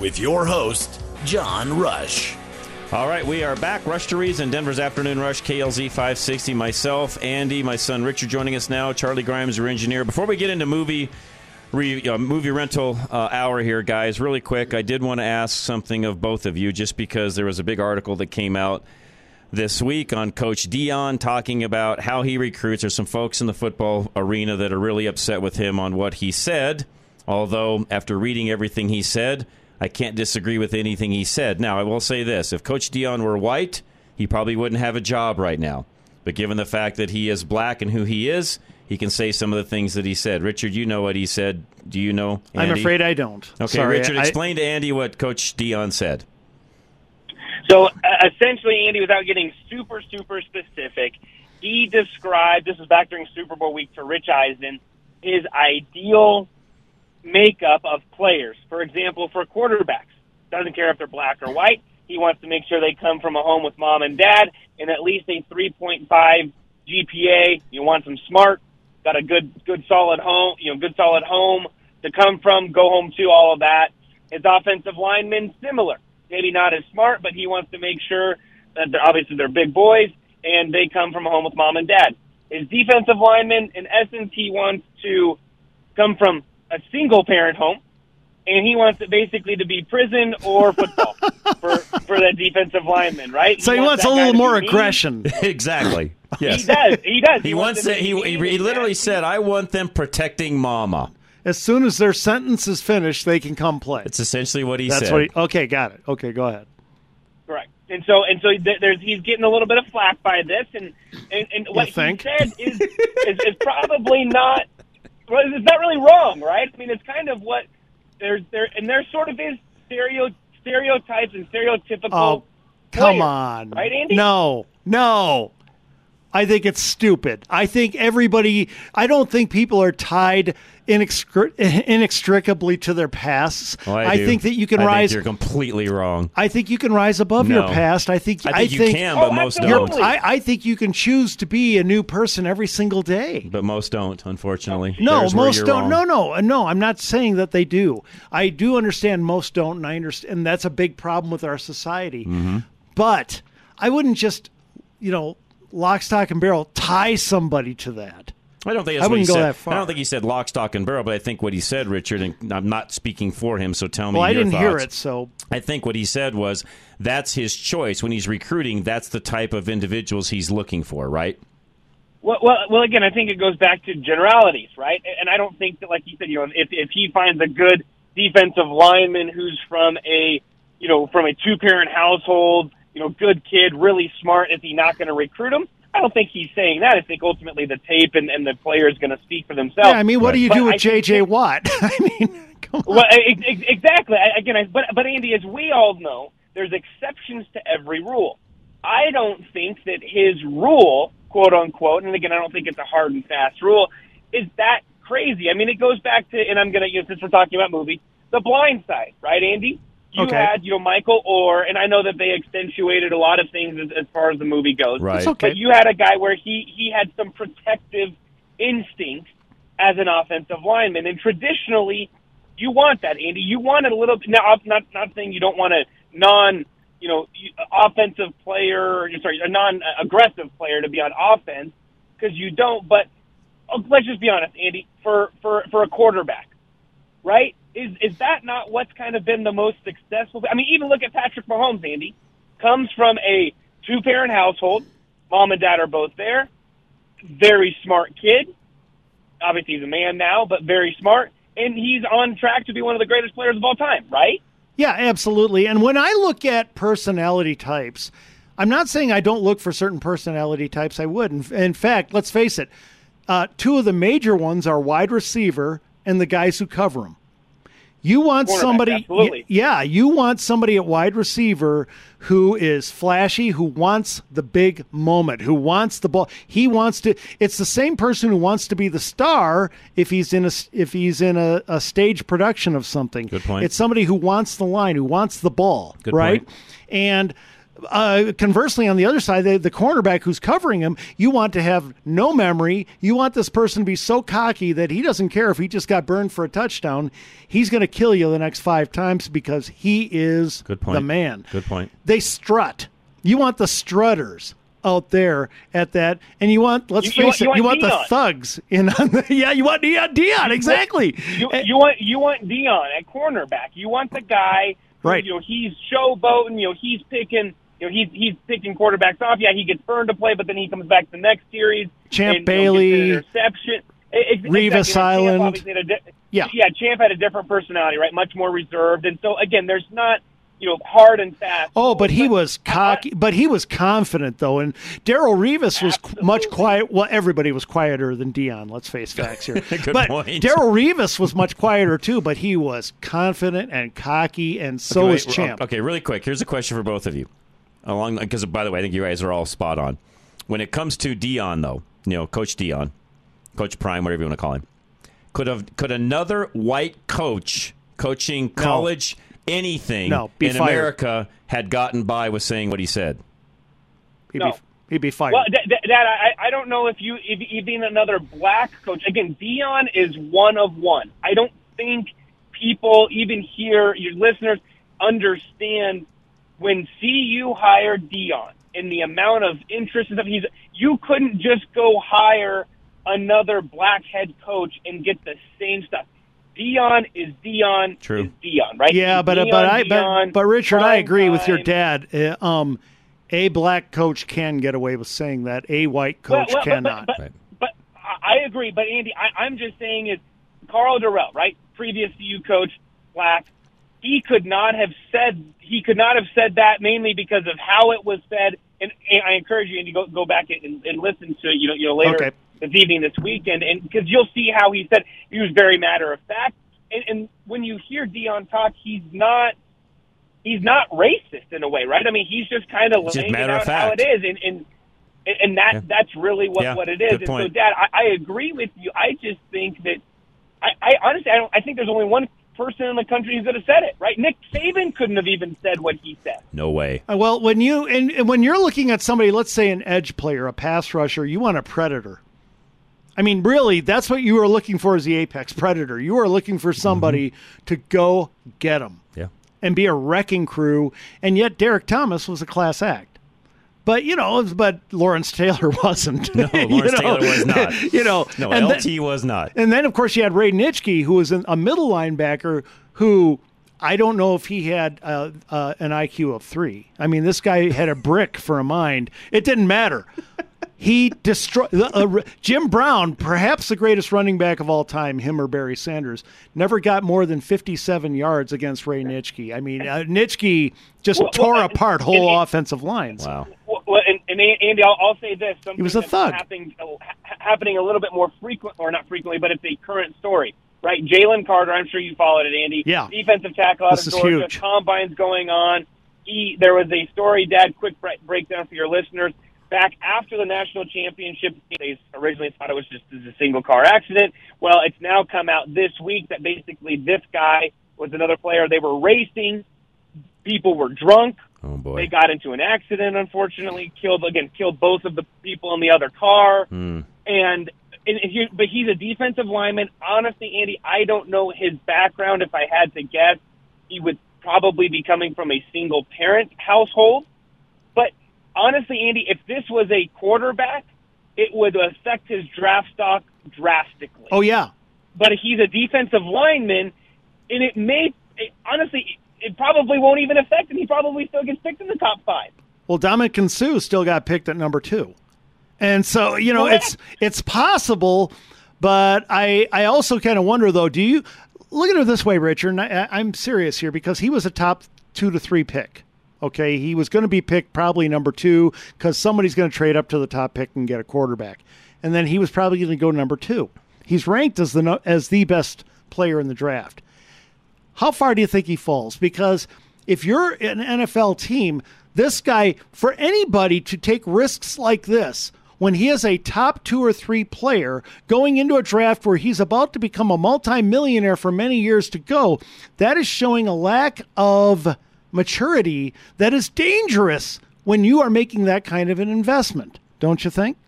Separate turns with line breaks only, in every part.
with your host, John Rush.
All right, we are back. Rush to Reason, Denver's Afternoon Rush, KLZ 560. Myself, Andy, my son Richard joining us now. Charlie Grimes, your engineer. Before we get into movie re, uh, movie rental uh, hour here, guys, really quick, I did want to ask something of both of you just because there was a big article that came out this week on Coach Dion talking about how he recruits. There's some folks in the football arena that are really upset with him on what he said. Although, after reading everything he said, I can't disagree with anything he said. Now, I will say this if Coach Dion were white, he probably wouldn't have a job right now. But given the fact that he is black and who he is, he can say some of the things that he said. Richard, you know what he said. Do you know?
I'm
Andy?
afraid I don't.
Okay,
Sorry,
Richard,
I-
explain to Andy what Coach Dion said.
So uh, essentially, Andy, without getting super, super specific, he described this is back during Super Bowl week to Rich Eisen his ideal makeup of players. For example, for quarterbacks, doesn't care if they're black or white. He wants to make sure they come from a home with mom and dad and at least a 3.5 GPA. You want them smart, got a good, good solid home, you know, good solid home to come from, go home to, all of that. His offensive linemen, similar. Maybe not as smart, but he wants to make sure that they're obviously they're big boys and they come from a home with mom and dad. His defensive linemen, in essence, he wants to come from a single parent home, and he wants it basically to be prison or football for for that defensive lineman, right?
So he wants a
that guy
little
to be
more
mean.
aggression.
exactly. Yes.
He does. He does.
He wants
them
to. He,
be
he
mean
he
and
literally
nasty.
said, "I want them protecting Mama."
As soon as their sentence is finished, they can come play.
It's essentially what he
That's
said.
what. He, okay, got it. Okay, go ahead.
Correct. And so and so th- there's he's getting a little bit of flack by this, and and, and what
think?
he said is, is is probably not. Well, it's not really wrong, right? I mean, it's kind of what there's there, and there sort of is stereo stereotypes and stereotypical.
Oh,
players,
come on.
right, Andy?
No, no. I think it's stupid. I think everybody. I don't think people are tied inextric- inextricably to their pasts.
Well, Oh, I, do.
think that you can
I think
rise.
you're completely wrong.
I think you can rise above
No.
your past. I think.
I think you can,
Oh,
but most
absolutely.
don't.
Totally.
I, I think you can choose to be a new person every single day.
But most don't, unfortunately.
No,
There's where
most
you're
don't.
wrong.
No, no, no. I'm not saying that they do. I do understand most don't, and I understand and that's a big problem with our society.
Mm. Mm-hmm.
But I wouldn't just, you know, lock, stock, and barrel tie somebody to that.
I don't think
I
that's what he
wouldn't go
said.
that far.
I don't think he said lock, stock, and barrel. But I think what he said, Richard, and I'm not speaking for him, so tell me.
Well, I
your
didn't hear
thoughts.
it, so
I think what he said was that's his choice when he's recruiting. That's the type of individuals he's looking for, right?
Well, well, well. Again, I think it goes back to generalities, right? And I don't think that, like you said, you know, if if he finds a good defensive lineman who's from a, you know, from a two parent household, you know, good kid, really smart, is he not going to recruit him? I don't think he's saying that. I think ultimately the tape and, and the player is going to speak for themselves.
yeah. I mean, what do you
But
do with
I think-
JJ Watt? I mean, come on.
well, e- e- exactly. I, again, I, but but Andy, as we all know, there's exceptions to every rule. I don't think that his rule, quote unquote, and again, I don't think it's a hard and fast rule, is that crazy. I mean, it goes back to, and I'm gonna, you know, since we're talking about movie, The Blind Side, right, Andy? You
Okay.
had, you know, Michael Orr, and I know that they accentuated a lot of things as, as far as the movie goes.
Right.
It's okay.
But you had a guy where he he had some protective instincts as an offensive lineman, and traditionally, you want that, Andy. You want it a little. Now, I'm not not saying you don't want a non, you know, you- offensive player. Or, sorry, a non-aggressive player to be on offense because you don't. But oh, let's just be honest, Andy. For for for a quarterback, right? Is is that not what's kind of been the most successful? I mean, even look at Patrick Mahomes, Andy. Comes from a two parent household. Mom and dad are both there. Very smart kid. Obviously, he's a man now, but very smart. And he's on track to be one of the greatest players of all time, right?
Yeah, absolutely. And when I look at personality types, I'm not saying I don't look for certain personality types. I would. In, in fact, let's face it, uh, two of the major ones are wide receiver and the guys who cover them. You want
Cornerback,
somebody,
absolutely.
y- yeah, you want somebody at wide receiver who is flashy, who wants the big moment, who wants the ball. He wants to. It's the same person who wants to be the star if he's in a s- if he's in a, a stage production of something.
Good point.
It's somebody who wants the line, who wants the ball,
Good
right?
point.
And uh, conversely, on the other side, the, the cornerback who's covering him, you want to have no memory. You want this person to be so cocky that he doesn't care if he just got burned for a touchdown. He's going to kill you the next five times because he is
Good point.
the man.
Good point.
They strut. You want the strutters out there at that, and you want let's
You- you
face
want- you
it, you want
want
the
Deion.
thugs in on the yeah, you want Dion Dion exactly.
You, you want you want Dion at cornerback. You want the guy who,
Right.
You know he's showboating. You know he's picking. You know he's he's picking quarterbacks off. Yeah, he gets burned to play, but then he comes back the next series.
Champ
and, you know, gets an
Bailey,
interception. E- ex- exactly.
Revis
And Champ
Island.
obviously had a di-
Yeah.
yeah. Champ had a different personality, right? Much more reserved, and so again, there's not you know hard and fast.
Oh, but he was cocky, but he was confident though, and Daryl Revis was qu- much quiet. Well, everybody was quieter than Dion. Let's face facts here.
Good
but
point.
Daryl Revis was much quieter too, but he was confident and cocky, and so
Wait,
was
wait,
Champ.
Okay, really quick. Here's a question for both of you. Along because by the way, I think you guys are all spot on. When it comes to Dion, though, you know, Coach Dion, Coach Prime, whatever you want to call him, could have could another white coach coaching college anything
No, be
in
fired.
America had gotten by with saying what he said?
He'd,
No.
be, he'd be fired.
Well, that, that, that I, I don't know if you if even another black coach. Again, Dion is one of one. I don't think people even here, your listeners, understand when CU hired Dion and the amount of interest and stuff. He's you couldn't just go hire another black head coach and get the same stuff. Dion is Dion
True.
is Dion, right?
yeah,
He's
but
Dion,
but I
Dion,
but, but Richard, I
prime
agree with your
time.
dad. Uh, um, a black coach can get away with saying that. A white coach
Well, well, but-
cannot.
But,
Right.
but, but I I agree. But Andy, I, I'm just saying is Carl Durrell, right? Previous CU coach, black. He could not have said he could not have said that mainly because of how it was said. And, and I encourage you Andy, go go back and, and listen to you know you know later
Okay.
this evening this weekend, and because you'll see how he said he was very matter of fact. And, and when you hear Dion talk, he's not he's not racist in a way, right? I mean, he's just kind of
Just
laying it
matter of
out how
fact.
it is, and and and- and that
Yeah.
that's really what
Yeah,
what it
good
is. And so,
point.
Dad, I, I agree with you. I just think that I, I honestly, I don't. I think there's only one person in the country who's going to said it, right? Nick Saban couldn't have even said what he said.
No way.
Uh, Well, when you and, and when you're looking at somebody, let's say an edge player, a pass rusher, you want a predator. I mean, really, that's what you are looking for as the apex predator. You are looking for somebody to go get them
Mm-hmm. Yeah.
and be a wrecking crew. And yet, Derek Thomas was a class act. But you know, but Lawrence Taylor wasn't.
No,
You
Lawrence
know?
Taylor was not.
you know,
No,
and
LT
that-
was not.
and then, of course, you had Ray Nitschke, who was an, a middle linebacker who I don't know if he had uh, uh, an IQ of three. I mean, this guy had a brick for a mind. It didn't matter. He destroyed uh, Jim Brown, perhaps the greatest running back of all time, him or Barry Sanders, never got more than 57 yards against Ray Nitschke. I mean, uh, Nitschke just
Well,
tore
well,
apart
it-
whole
it-
offensive lines.
Wow.
Well, well, and, and A- Andy, I'll, I'll say this: something
was a
that's
thug.
Happening, uh, ha- happening a little bit more frequent, or not frequently, but it's a current story, right? Jalen Carter, I'm sure you followed it, Andy.
Yeah.
defensive tackle out
This
of
is
Georgia.
huge.
Combines going on. He, there was a story, Dad. Quick bre- breakdown for your listeners. Back after the national championship, they originally thought it was just a single car accident. Well, it's now come out this week that basically this guy was another player. They were racing. People were drunk.
Oh
They
boy.
got into an accident, unfortunately, killed again, killed both of the people in the other car. And, and he, but he's a defensive lineman. Honestly, Andy, I don't know his background. If I had to guess, he would probably be coming from a single parent household. But honestly, Andy, if this was a quarterback, it would affect his draft stock drastically
Oh, yeah.
but he's a defensive lineman. and it may it, honestly it probably won't even affect him. He probably still gets picked in the top five.
Well, Dominic Kinsu still got picked at number two, and so you know it's it's possible, but I I also kind of wonder though. Do you look at it this way, Richard? And I, I- I'm serious here because he was a top two to three pick. Okay, he was going to be picked probably number two because somebody's going to trade up to the top pick and get a quarterback, and then he was probably going to go number two. He's ranked as the no- as the best player in the draft how far do you think he falls? Because if you're an NFL team, this guy, for anybody to take risks like this, when he is a top two or three player going into a draft where he's about to become a multimillionaire for many years to go, that is showing a lack of maturity that is dangerous when you are making that kind of an investment, don't you think?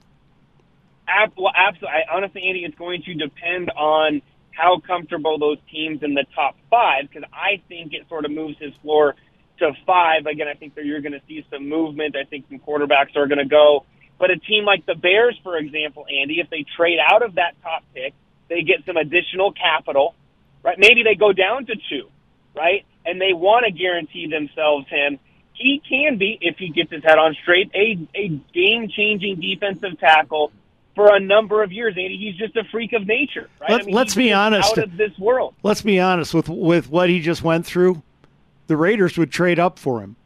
Ab- well, absolutely. I, honestly, Andy, it's going to depend on how comfortable those teams in the top five, because I think it sort of moves his floor to five. Again, I think that you're going to see some movement. I think some quarterbacks are going to go. But a team like the Bears, for example, Andy, if they trade out of that top pick, they get some additional capital, right? Maybe they go down to two, right? And they want to guarantee themselves him. He can be, if he gets his head on straight, a, a game changing defensive tackle for a number of years. Andy, he's just a freak of nature, right?
Let- let's
he's
be
just
honest.
Out of this world.
Let's be honest with with what he just went through. The Raiders would trade up for him.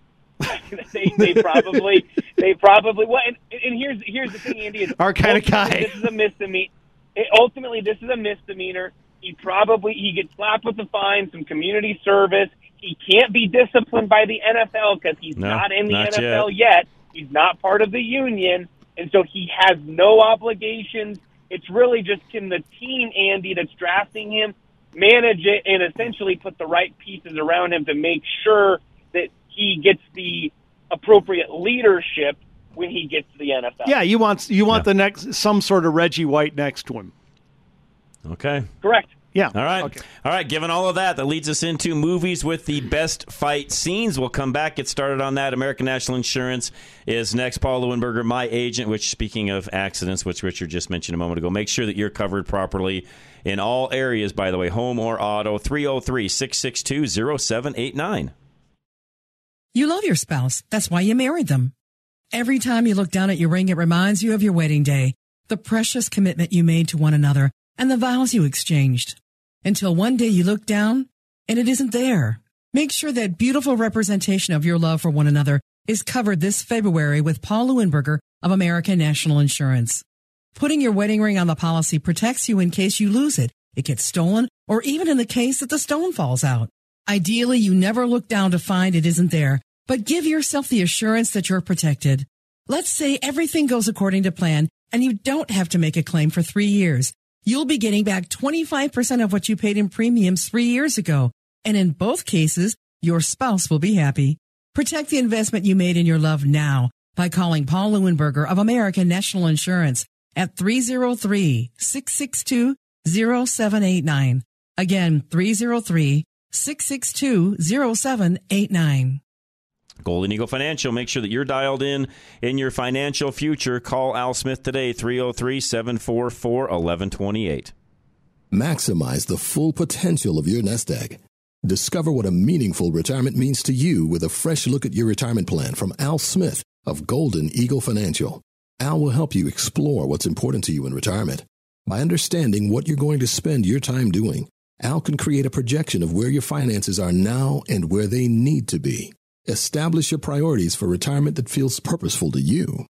they, they probably they probably well and, and here's here's the thing Andy is
Our kinda
ultimately,
guy.
this is a misdemeanor ultimately this is a misdemeanor he probably he gets slapped with a fine some community service he can't be disciplined by the NFL because he's
No,
not in the
not
NFL yet. he's not part of the union and so he has no obligations it's really just can the team Andy that's drafting him manage it and essentially put the right pieces around him to make sure that he gets the appropriate leadership when he gets to the NFL.
Yeah, you want you want
Yeah.
the next some sort of Reggie White next to him.
Okay.
Correct.
Yeah.
All right. All right. Given all of that, that leads us into movies with the best fight scenes. We'll come back, get started on that. American National Insurance is next. Paul Lewinberger, my agent, which, speaking of accidents, which Richard just mentioned a moment ago, make sure that you're covered properly in all areas, by the way, home or auto, 303 662 0789.
You love your spouse. That's why you married them. Every time you look down at your ring, it reminds you of your wedding day, the precious commitment you made to one another, and the vows you exchanged. Until one day you look down and it isn't there. Make sure that beautiful representation of your love for one another is covered this February with Paul Lewinberger of American National Insurance. Putting your wedding ring on the policy protects you in case you lose it, it gets stolen, or even in the case that the stone falls out. Ideally, you never look down to find it isn't there, but give yourself the assurance that you're protected. Let's say everything goes according to plan and you don't have to make a claim for three years. You'll be getting back 25% of what you paid in premiums three years ago. And in both cases, your spouse will be happy. Protect the investment you made in your love now by calling Paul Lewinberger of American National Insurance at 303-662-0789. Again, 303-662-0789.
Golden Eagle Financial. Make sure that you're dialed in in your financial future. Call Al Smith today, 303 744 1128.
Maximize the full potential of your nest egg. Discover what a meaningful retirement means to you with a fresh look at your retirement plan from Al Smith of Golden Eagle Financial. Al will help you explore what's important to you in retirement. By understanding what you're going to spend your time doing, Al can create a projection of where your finances are now and where they need to be. Establish your priorities for retirement that feels purposeful to you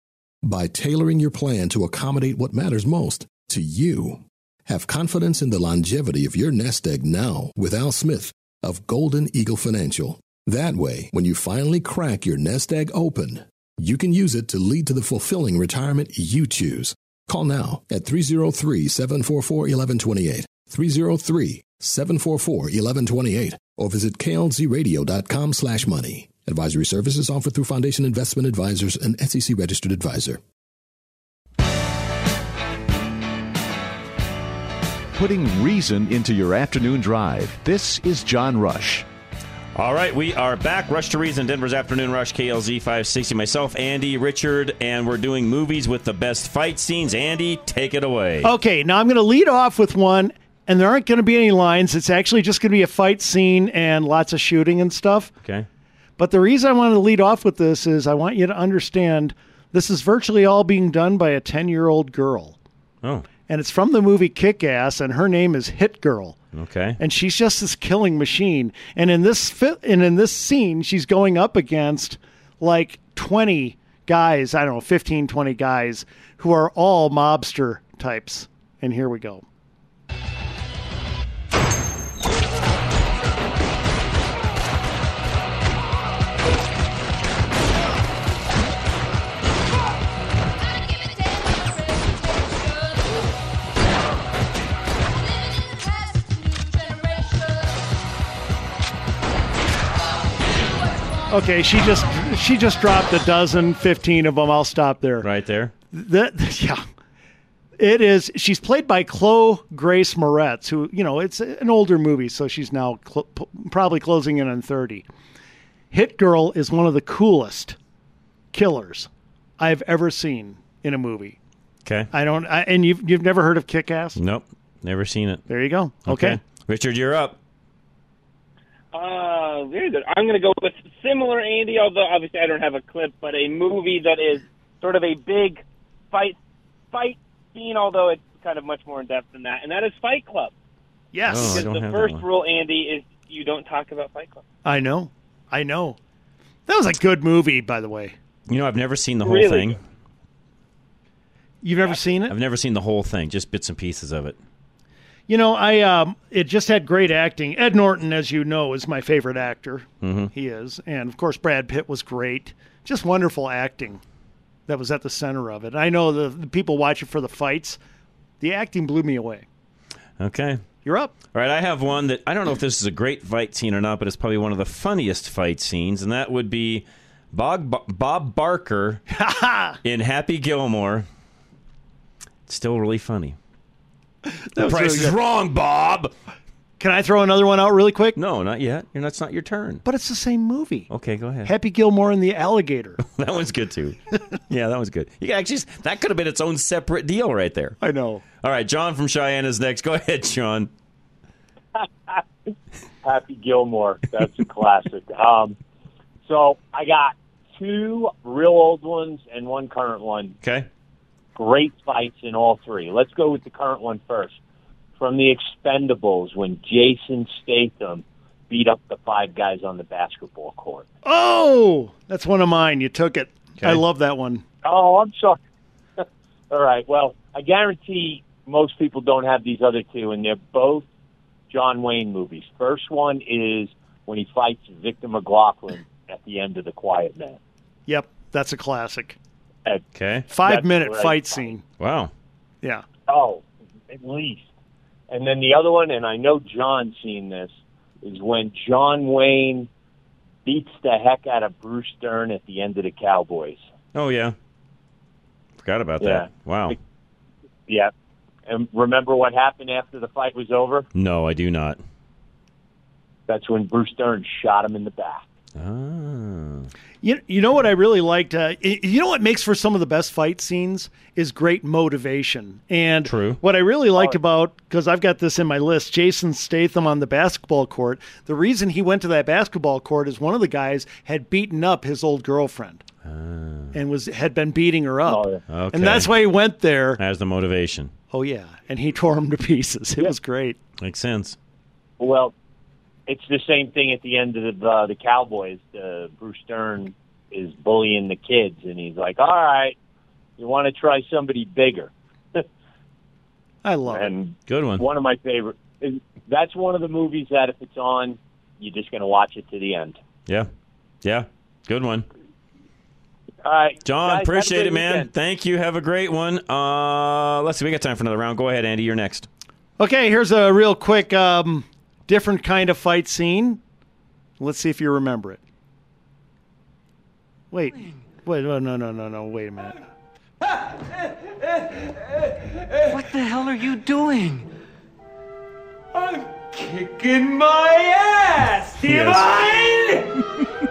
by tailoring your plan to accommodate what matters most to you. Have confidence in the longevity of your nest egg now with Al Smith of Golden Eagle Financial. That way, when you finally crack your nest egg open, you can use it to lead to the fulfilling retirement you choose. Call now at 303 744 1128. 303 744 1128 or visit klzradio.com slash money. Advisory services offered through Foundation Investment Advisors, an SEC registered advisor.
Putting reason into your afternoon drive. This is John Rush.
All right, we are back. Rush to Reason, Denver's Afternoon Rush, KLZ 560. Myself, Andy, Richard, and we're doing movies with the best fight scenes. Andy, take it away.
Okay, now I'm going to lead off with one and there aren't going to be any lines. It's actually just going to be a fight scene and lots of shooting and stuff.
Okay.
But the reason I wanted to lead off with this is I want you to understand this is virtually all being done by a 10 year old girl.
Oh.
And it's from the movie Kick Ass, and her name is Hit Girl.
Okay.
And she's just this killing machine. And in this fi- and in this scene, she's going up against like 20 guys, I don't know, 15, 20 guys who are all mobster types. And here we go. Okay, she just she just dropped a dozen, 15 of them. I'll stop there.
Right there.
That yeah. It is she's played by Chloe Grace Moretz, who, you know, it's an older movie, so she's now cl- p- probably closing in on 30. Hit Girl is one of the coolest killers I've ever seen in a movie.
Okay.
I don't I, and you've you've never heard of Kick-Ass?
Nope. Never seen it.
There you go. Okay.
Richard, you're up.
Uh, very good. I'm going to go with similar Andy, although obviously I don't have a clip, but a movie that is sort of a big fight fight scene, although it's kind of much more in depth than that, and that is Fight Club.
Yes. Oh, I
because
don't
the
have that
first
one.
rule, Andy, is you don't talk about Fight Club.
I know. I know. That was a good movie, by the way.
You know, I've never seen the whole
Really
thing.
You've never seen it?
I've never seen the whole thing, just bits and pieces of it.
You know, I um, it just had great acting. Ed Norton, as you know, is my favorite actor.
Mhm.
He is, and of course, Brad Pitt was great. Just wonderful acting that was at the center of it. And I know the, the people watch it for the fights. The acting blew me away.
Okay.
You're up.
All right, I have one that I don't know if this is a great fight scene or not, but it's probably one of the funniest fight scenes, and that would be Bob, Bob Barker in Happy Gilmore. It's still really funny. The
was
price
really
is
good.
wrong, Bob.
Can I throw another one out really quick?
No, not yet. You're not, it's not your turn.
But it's the same movie.
Okay, go ahead.
Happy Gilmore and the Alligator.
that one's good too. yeah, that one's good. You actually that could have been its own separate deal right there.
I know.
All right, John from Cheyenne is next. Go ahead, Sean.
Happy Gilmore. That's a classic. Um, so I got two real old ones and one current one.
Okay.
Great fights in all three. Let's go with the current one first. From the Expendables, when Jason Statham beat up the five guys on the basketball court.
Oh, that's one of mine. You took it. I love that one.
Oh, I'm sorry. All right. Well, I guarantee most people don't have these other two, and they're both John Wayne movies. First one is when he fights Victor McLaughlin at the end of The Quiet Man.
Yep, that's a classic.
Okay.
Five
That's
minute
right.
fight scene.
Wow.
Yeah.
Oh, at least. And then the other one, and I know John's seen this, is when John Wayne beats the heck out of Bruce Dern at the end of The Cowboys.
Oh yeah. Forgot about
Yeah.
that. Wow.
Yeah. And remember what happened after the fight was over?
No, I do not.
That's when Bruce Dern shot him in the back.
Oh.
You, you know what I really liked? Uh, y- you know what makes for some of the best fight scenes is great motivation. And True. what I really liked about, because I've got this in my list, Jason Statham on the basketball court. The reason he went to that basketball court is one of the guys had beaten up his old girlfriend and was had been beating her up.
Okay.
And that's why he went there.
As the motivation.
Oh, yeah. And he tore him to pieces. It was great.
Makes sense.
Well, it's the same thing at the end of the uh, the Cowboys. The Bruce Stern is bullying the kids, and he's like, "All right, you want to try somebody bigger."
I love
and
it. Good one.
One of my favorite. is- That's one of the movies that if it's on, you're just going to watch it to the end.
Yeah. Yeah. Good one.
All right,
John,
guys, have a
appreciate
great
it, man.
weekend.
Thank you. Have a great one. Uh, let's see. We got time for another round. Go ahead, Andy. You're next.
Okay, here's a real quick, um, different kind of fight scene. Let's see if you remember it. Wait, wait, no, no, no, no, no. Wait a minute.
What the hell are you doing? I'm kicking
my ass.
Yes.
Divine!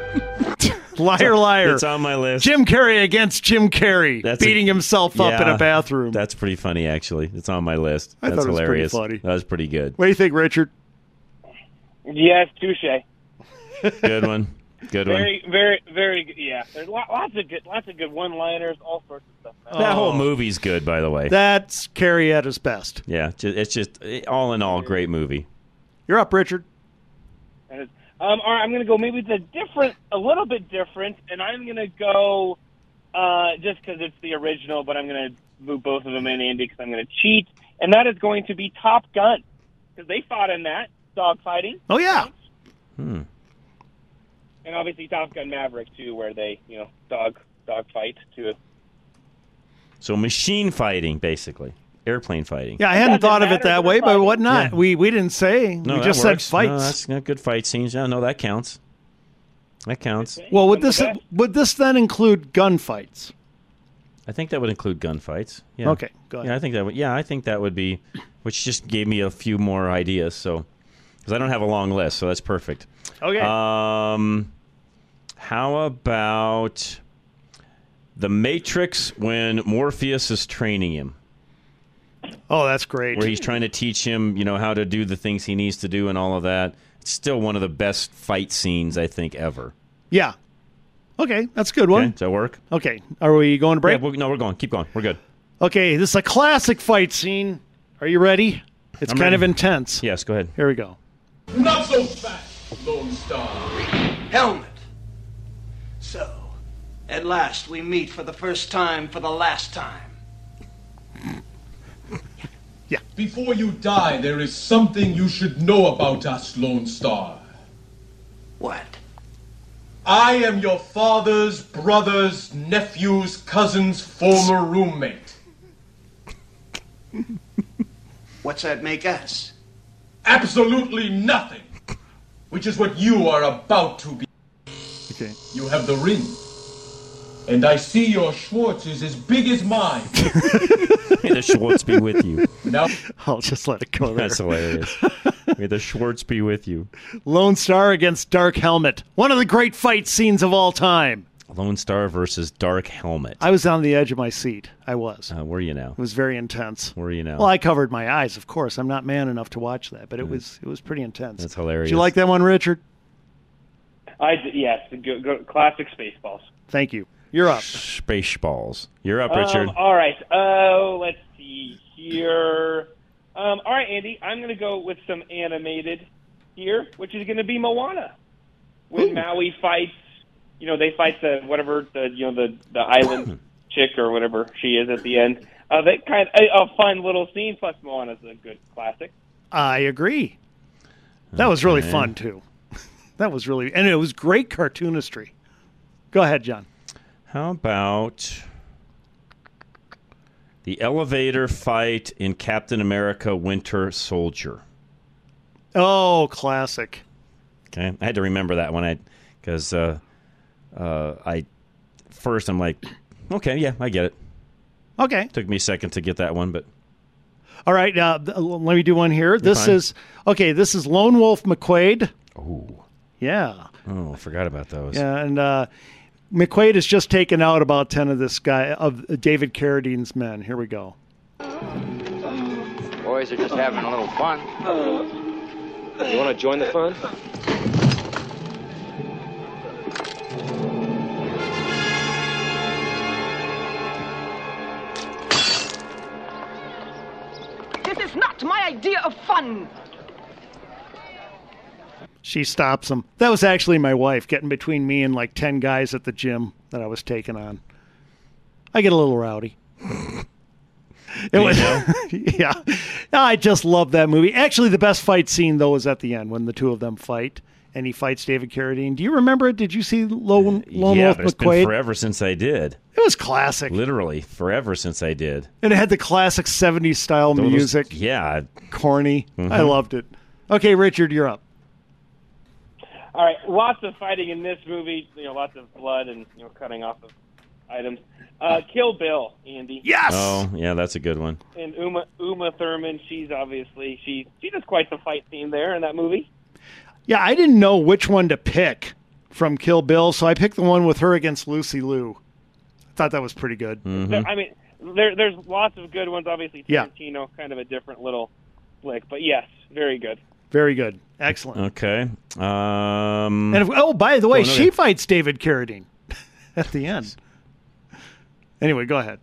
liar, liar.
It's on my list.
Jim Carrey against Jim Carrey,
That's
beating
a-
himself up in
Yeah,
a bathroom.
That's pretty funny, actually. It's on my list.
I
That's
thought it was pretty
hilarious.
funny.
That was pretty good.
What do you think, Richard?
Yes, touche.
Good one. Good one.
Very, very, very good. Yeah, there's lo- lots of good, lots of good one-liners, all sorts of stuff. man.
That whole movie's good, by the way.
Oh. That's Carrey at his best.
yeah, ju- it's just it- all in all, great movie.
You're up, Richard.
That is- Um, all right, I'm going to go maybe it's a different, a little bit different, and I'm going to go uh, just because it's the original, but I'm going to move both of them in, Andy, because I'm going to cheat, and that is going to be Top Gun because they fought in that dogfighting,
Oh yeah.
Hmm.
and obviously Top Gun Maverick too, where they you know dog dog fight too.
So machine fighting, basically, airplane fighting.
Yeah, I hadn't thought of it that way, but what not?
Yeah.
We we didn't say.
No,
we
that
just
works.
said
No,
fights.
that's not good fight scenes. Yeah, no, that counts. That counts.
well, would this would this then include gunfights?
I think that would include gunfights. Yeah.
Okay, go ahead.
Yeah, I think that would. Yeah, I think that would be, which just gave me a few more ideas. So, because I don't have a long list, so that's perfect.
Okay.
Um, how about the Matrix when Morpheus is training him?
Oh, that's great.
Where he's trying to teach him, you know, how to do the things he needs to do and all of that. It's still one of the best fight scenes I think ever.
Yeah. Okay, that's a good one.
Does that work?
Okay, are we going to break?
Yeah, we no, we're going. Keep going. We're good.
Okay, this is a classic fight scene. Are you ready? It's
I'm
kind
ready.
of intense.
Yes, go ahead.
Here we go.
Not so fast, Lone Star.
Helmet. So, at last we meet for the first time for the last time.
Before you die, there is something you should know about us, Lone Star.
What?
I am your father's, brother's, nephew's, cousin's former roommate.
What's that make us?
Absolutely nothing. Which is what you are about to be.
Okay.
You have the ring. And I see your Schwartz is as big as mine.
May the Schwartz be with you.
Now,
I'll just let it go there.
That's hilarious. May the Schwartz be with you.
Lone Star against Dark Helmet. One of the great fight scenes of all time.
Lone Star versus Dark Helmet.
I was on the edge of my seat. I was.
Uh, where are you now?
It was very intense.
Where are you now?
Well, I covered my eyes, of course. I'm not man enough to watch that, but it was it was pretty intense.
That's hilarious.
Did you like that one, Richard?
I yes, go, go, classic Spaceballs.
Thank you. You're up.
Spaceballs. You're up, Richard.
Um, all right. Oh, let's see here. Um, all right, Andy, I'm going to go with some animated here, which is going to be Moana. When Maui fights, you know, they fight the whatever the you know the the island chick or whatever she is at the end. Uh, that kind of a, a fun little scene. Plus, Moana's a good classic.
I agree. That was really
Okay.
fun too. that was really and it was great cartoonistry. Go ahead, John.
How about the elevator fight in Captain America Winter Soldier?
Oh, classic.
Okay, I had to remember that one. I because uh, uh, I first I'm like, okay, yeah, I get it.
Okay.
Took me a second to get that one, but
All right, uh, th- let me do one here. this
fine.
is okay. This is Lone Wolf McQuaid.
oh,
Yeah,
oh, I forgot about those.
yeah, and uh, McQuaid has just taken out about ten of this guy of David Carradine's men. Here we go.
Boys are just having a little fun. You want to join the fun?
This is not my idea of fun.
She stops him. That was actually my wife getting between me and like ten guys at the gym that I was taking on. I get a little rowdy. It was, yeah. No, I just love that movie. Actually, the best fight scene though is at the end when the two of them fight, and he fights David Carradine. Do you remember it? Did you see Lone, Lone
Uh, yeah,
Wolf
but it's
McQuaid?
been forever since I did.
It was classic.
Literally forever since I did.
And it had the classic 70s style
Those-
music.
Yeah.
Corny.
Mhm.
I loved it. Okay, Richard, you're up.
All right, lots of fighting in this movie. You know, lots of blood and you know cutting off of items. Uh, Kill Bill, Andy.
Oh, yeah, that's a good one.
And Uma Uma Thurman, she's obviously she she does quite the fight scene there in that movie.
Yeah, I didn't know which one to pick. from Kill Bill, so I picked the one with her against Lucy Liu. I thought that was pretty good.
Mm-hmm.
There- I mean, there, there's lots of good ones. Obviously,
Mm-hmm. Yeah.
Tarantino, kind of a different little flick, but yes, very good.
Very good. Excellent.
Okay. Um,
And if, oh, by the way,
Oh, no,
she
yeah.
fights David Carradine at the end. Anyway, go ahead.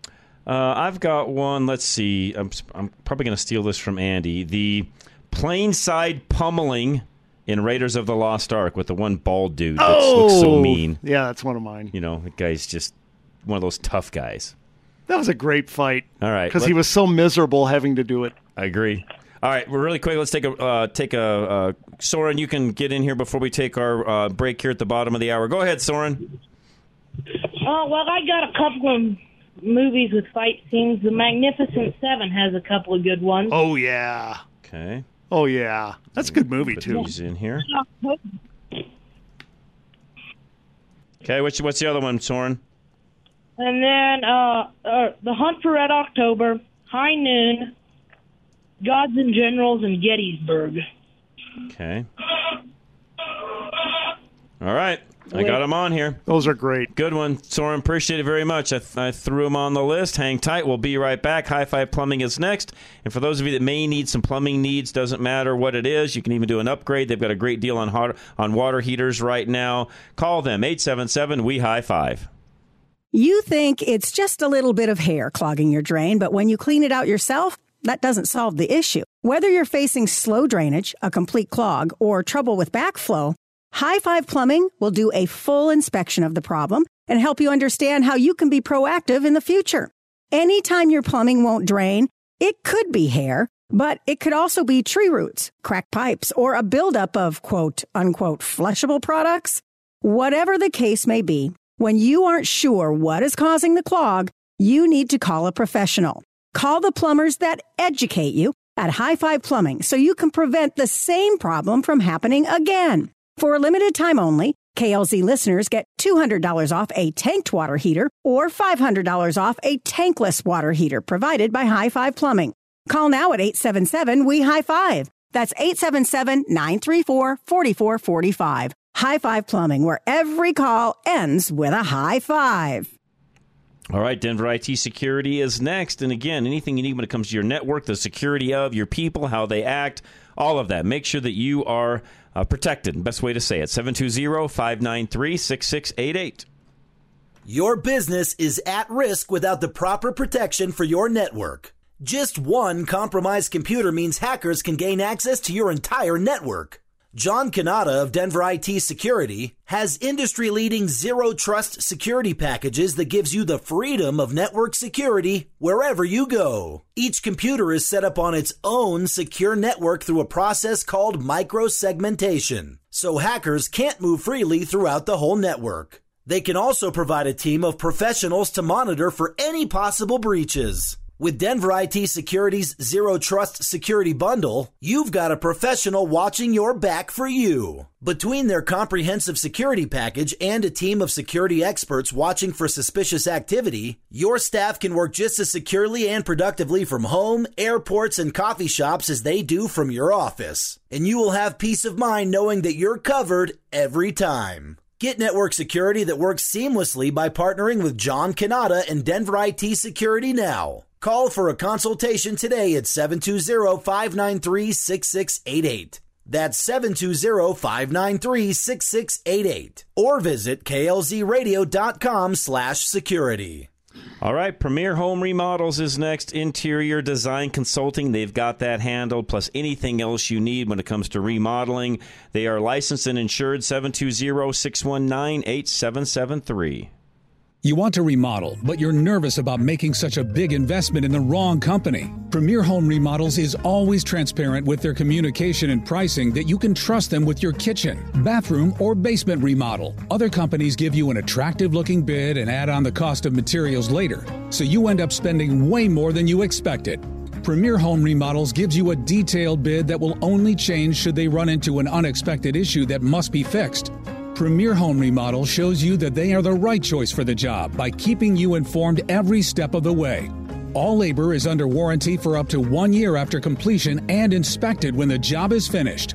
Uh, I've got one. Let's see. I'm, I'm probably going to steal this from Andy. The plainside pummeling in Raiders of the Lost Ark with the one bald dude that looks so
Oh!
mean.
Yeah, that's one of mine.
You know, the guy's just one of those tough guys.
That was a great fight
All right.
because he
let-
was so miserable having to do it.
I agree. All right, we're really quick. Let's take a uh, take a uh, Soren. You can get in here before we take our uh, break here at the bottom of the hour. Go ahead, Soren.
Oh, well, I got a couple of movies with fight scenes. The Magnificent Seven has a couple of good
Mm-hmm.
ones.
Oh yeah.
Okay.
Oh yeah, that's a good movie
Put
too.
these in here. Okay. What's what's the other one, Soren?
And then uh, uh, The Hunt for Red October, High Noon, Gods and Generals, and Gettysburg.
Okay. All right. I got them on here.
Those are great.
Good one, Soren. Appreciate it very much. I, I threw them on the list. Hang tight. We'll be right back. Hi Fi Plumbing is next. And for those of you that may need some plumbing needs, doesn't matter what it is, you can even do an upgrade. They've got a great deal on, hot, on water heaters right now. Call them 877 We High Five.
You think it's just a little bit of hair clogging your drain, but when you clean it out yourself, that doesn't solve the issue. Whether you're facing slow drainage, a complete clog, or trouble with backflow, High Five Plumbing will do a full inspection of the problem and help you understand how you can be proactive in the future. Anytime your plumbing won't drain, it could be hair, but it could also be tree roots, cracked pipes, or a buildup of quote unquote flushable products. Whatever the case may be, when you aren't sure what is causing the clog, you need to call a professional. Call the plumbers that educate you at High Five Plumbing so you can prevent the same problem from happening again. For a limited time only, KLZ listeners get $200 off a tanked water heater or $500 off a tankless water heater provided by High Five Plumbing. Call now at 877 We High Five. That's 877 934 4445. High Five Plumbing, where every call ends with a high five.
All right, Denver IT security is next. And again, anything you need when it comes to your network, the security of your people, how they act, all of that. Make sure that you are uh, protected. Best way to say it 720 593 6688.
Your business is at risk without the proper protection for your network. Just one compromised computer means hackers can gain access to your entire network. John Canada of Denver IT Security has industry leading zero trust security packages that gives you the freedom of network security wherever you go. Each computer is set up on its own secure network through a process called microsegmentation, so hackers can't move freely throughout the whole network. They can also provide a team of professionals to monitor for any possible breaches. With Denver IT Security's Zero Trust Security Bundle, you've got a professional watching your back for you. Between their comprehensive security package and a team of security experts watching for suspicious activity, your staff can work just as securely and productively from home, airports, and coffee shops as they do from your office. And you will have peace of mind knowing that you're covered every time. Get network security that works seamlessly by partnering with John Canada and Denver IT Security now. Call for a consultation today at 720-593-6688. That's 720-593-6688. Or visit klzradio.com slash security.
All right, Premier Home Remodels is next. Interior design consulting, they've got that handled, plus anything else you need when it comes to remodeling. They are licensed and insured 720 619 8773.
You want to remodel, but you're nervous about making such a big investment in the wrong company. Premier Home Remodels is always transparent with their communication and pricing that you can trust them with your kitchen, bathroom, or basement remodel. Other companies give you an attractive looking bid and add on the cost of materials later, so you end up spending way more than you expected. Premier Home Remodels gives you a detailed bid that will only change should they run into an unexpected issue that must be fixed. Premier Home Remodel shows you that they are the right choice for the job by keeping you informed every step of the way. All labor is under warranty for up to one year after completion and inspected when the job is finished.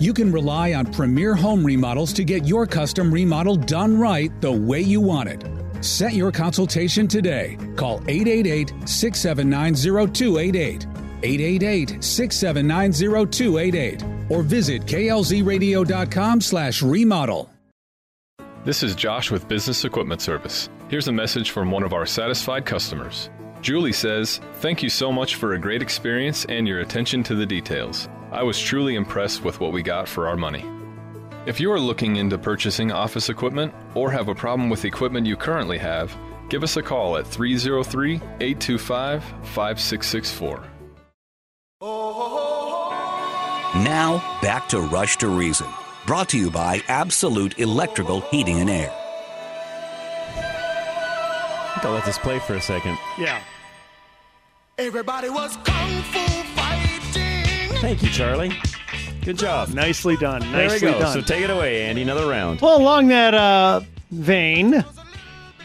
you can rely on Premier Home Remodels to get your custom remodel done right the way you want it. Set your consultation today. Call 888 679 0288. 888 679 0288 or visit klzradio.com slash remodel.
This is Josh with Business Equipment Service. Here's a message from one of our satisfied customers. Julie says, Thank you so much for a great experience and your attention to the details. I was truly impressed with what we got for our money. If you are looking into purchasing office equipment or have a problem with equipment you currently have, give us a call at 303 825 5664.
Now, back to Rush to Reason, brought to you by Absolute Electrical Heating and Air.
I think I'll let this play for a second.
Yeah.
Everybody was kung fu fighting.
Thank you, Charlie. Good job.
Nicely done.
There
Nicely
we go.
done.
So take it away, Andy. Another round.
Well, along that uh, vein,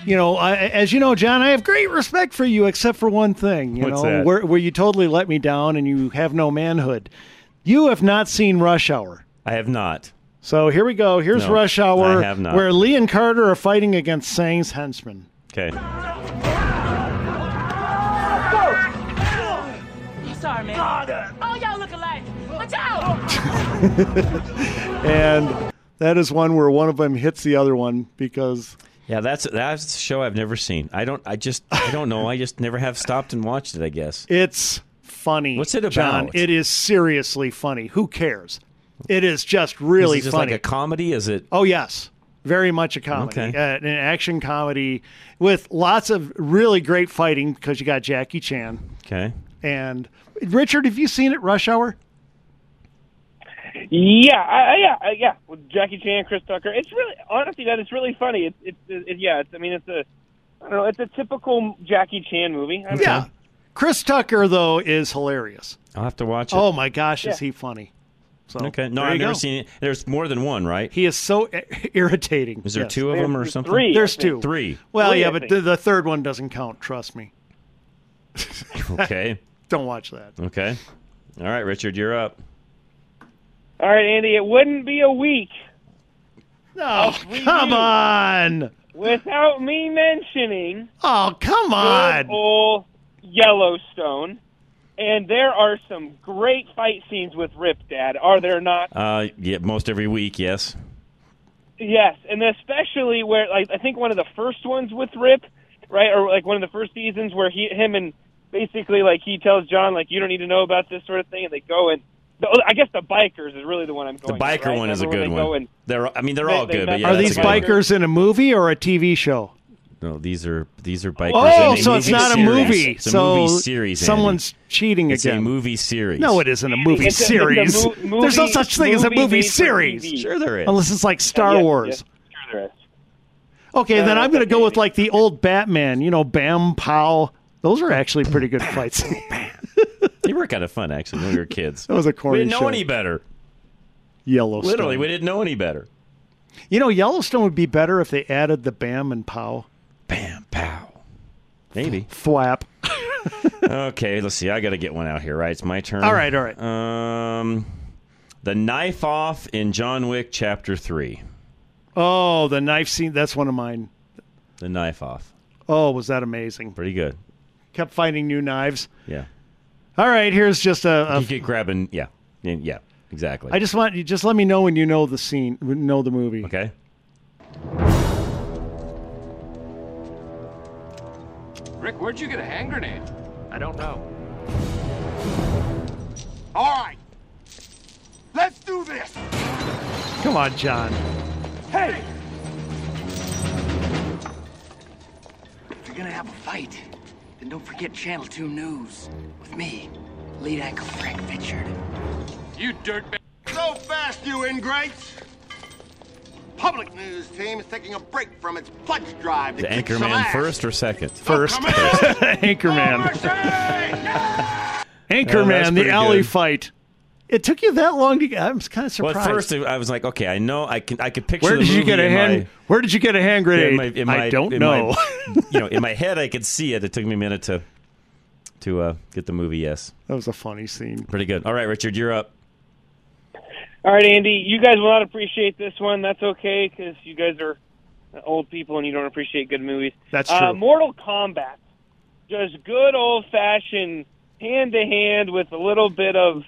you know, I, as you know, John, I have great respect for you, except for one thing. You
What's
know,
that?
Where, where you totally let me down and you have no manhood. You have not seen Rush Hour.
I have not.
So here we go. Here's
No,
Rush Hour,
I have not.
where Lee and Carter are fighting against Sang's henchmen.
Okay.
Sorry, man. All y'all look alike. Watch out!
and that is one where one of them hits the other one because
Yeah, that's that's a show I've never seen. I don't. I just. I don't know. I just never have stopped and watched it. I guess.
It's funny.
What's it about?
John, it is seriously funny. Who cares? It is just really
is it just
funny.
Like a comedy? Is it?
oh yes, very much a comedy,
Okay.
Uh, an action comedy with lots of really great fighting because you got Jackie Chan
Okay.
and Richard. Have you seen it? Rush Hour.
Yeah, I, I- yeah, I, yeah. With Jackie Chan, Chris Tucker. It's really honestly, man. It's really funny. It's it's it, yeah. It's, I mean, it's a I don't know. It's a typical Jackie Chan movie. I don't
Yeah.
know.
Chris Tucker though is hilarious.
I'll have to watch it.
Oh my gosh, is
Yeah.
he funny? So
okay. No,
there
I've
you
never
go.
seen it. There's more than one, right?
He is so e- i- irritating.
Is there
Yes.
two of them or something?
There's two.
Three.
Well, yeah, but the, the third one doesn't count. Trust me.
okay.
Don't watch that.
Okay. All right, Richard, you're up.
All right, Andy. It wouldn't be a week. Oh,
No,
Oh,
come
on.
Without me mentioning.
Oh, come on.
Good old Yellowstone. And there are some great fight scenes with Rip Dad, are there not?
Uh, yeah, most every week, yes.
Yes, and especially where like I think one of the first ones with Rip, right, or like one of the first seasons where he, him, and basically like he tells John like you don't need to know about this sort of thing, and they go and the, I guess the bikers is really the one I'm
The
going.
biker
with, right?
one is a
Remember
good
when they go
one.
and-
They're, I mean, they're
They-
all
they
good,
met
but yeah,
are
that's
these
a good one.
bikers in a movie or a TV show?
No, these are these are bikers.
oh,
in a
so it's not
series.
a movie.
It's a
so
movie series. Andy.
someone's cheating
It's
again.
a movie series.
No, it isn't a movie
It's a- it's a
series.
mo- movie-
There's no such thing as a
movie
movie
made for
series.
TV. Sure there is.
Unless it's like Star
Yeah, yeah,
Wars.
yeah, sure there is.
Okay,
Uh,
then I'm going to go with like the old Batman. You know, Bam Pow. Those are actually pretty good fights.
They were kind of fun, actually, when we were kids.
That was a corny
We didn't know
show.
any better.
Yellowstone.
Literally, we didn't know any better.
You know, Yellowstone would be better if they added the Bam and Pow.
Maybe.
Thwap.
okay, let's see. I got to get one out here, right? It's my turn.
All right, all right.
Um, the knife off in John Wick Chapter 3.
Oh, the knife scene. That's one of mine.
The knife off.
Oh, was that amazing?
Pretty good.
Kept finding new knives.
Yeah.
All right, here's just a.
you could grab an, yeah. Yeah, Yeah, exactly.
a I just want you just let me know when you know the scene, when you know the movie.
Okay.
Rick, where'd you get a hand grenade? I don't know. All right. Let's do this.
Come on, John.
Hey.
If you're gonna have a fight, then don't forget Channel 2 News with me, lead anchor Frank Fitchard.
You dirtbag.
So fast, you ingrates! Public news team is taking a break from its pledge drive to
The
kick some
Anchorman
ass.
first or second?
Oh,
First. Anchorman. Anchorman, the
Oh, pretty
alley
good.
fight. It took you that long to get. I'm kind of
Well,
surprised.
at first I was like, okay, I know I can. I could picture.
where
the
did you
movie
get a
in
hand?
my-
where did you get a hand
Yeah,
grenade?
in my- in my-
I don't
in my-
know.
you know, in my head, I could see it. It took me a minute to to uh, get the movie. Yes,
that was a funny scene.
Pretty good. All right, Richard, you're up.
All right, Andy, you guys will not appreciate this one. That's okay because you guys are old people and you don't appreciate good movies.
That's
Uh,
true.
Mortal Kombat, just good old fashioned hand to hand with a little bit of,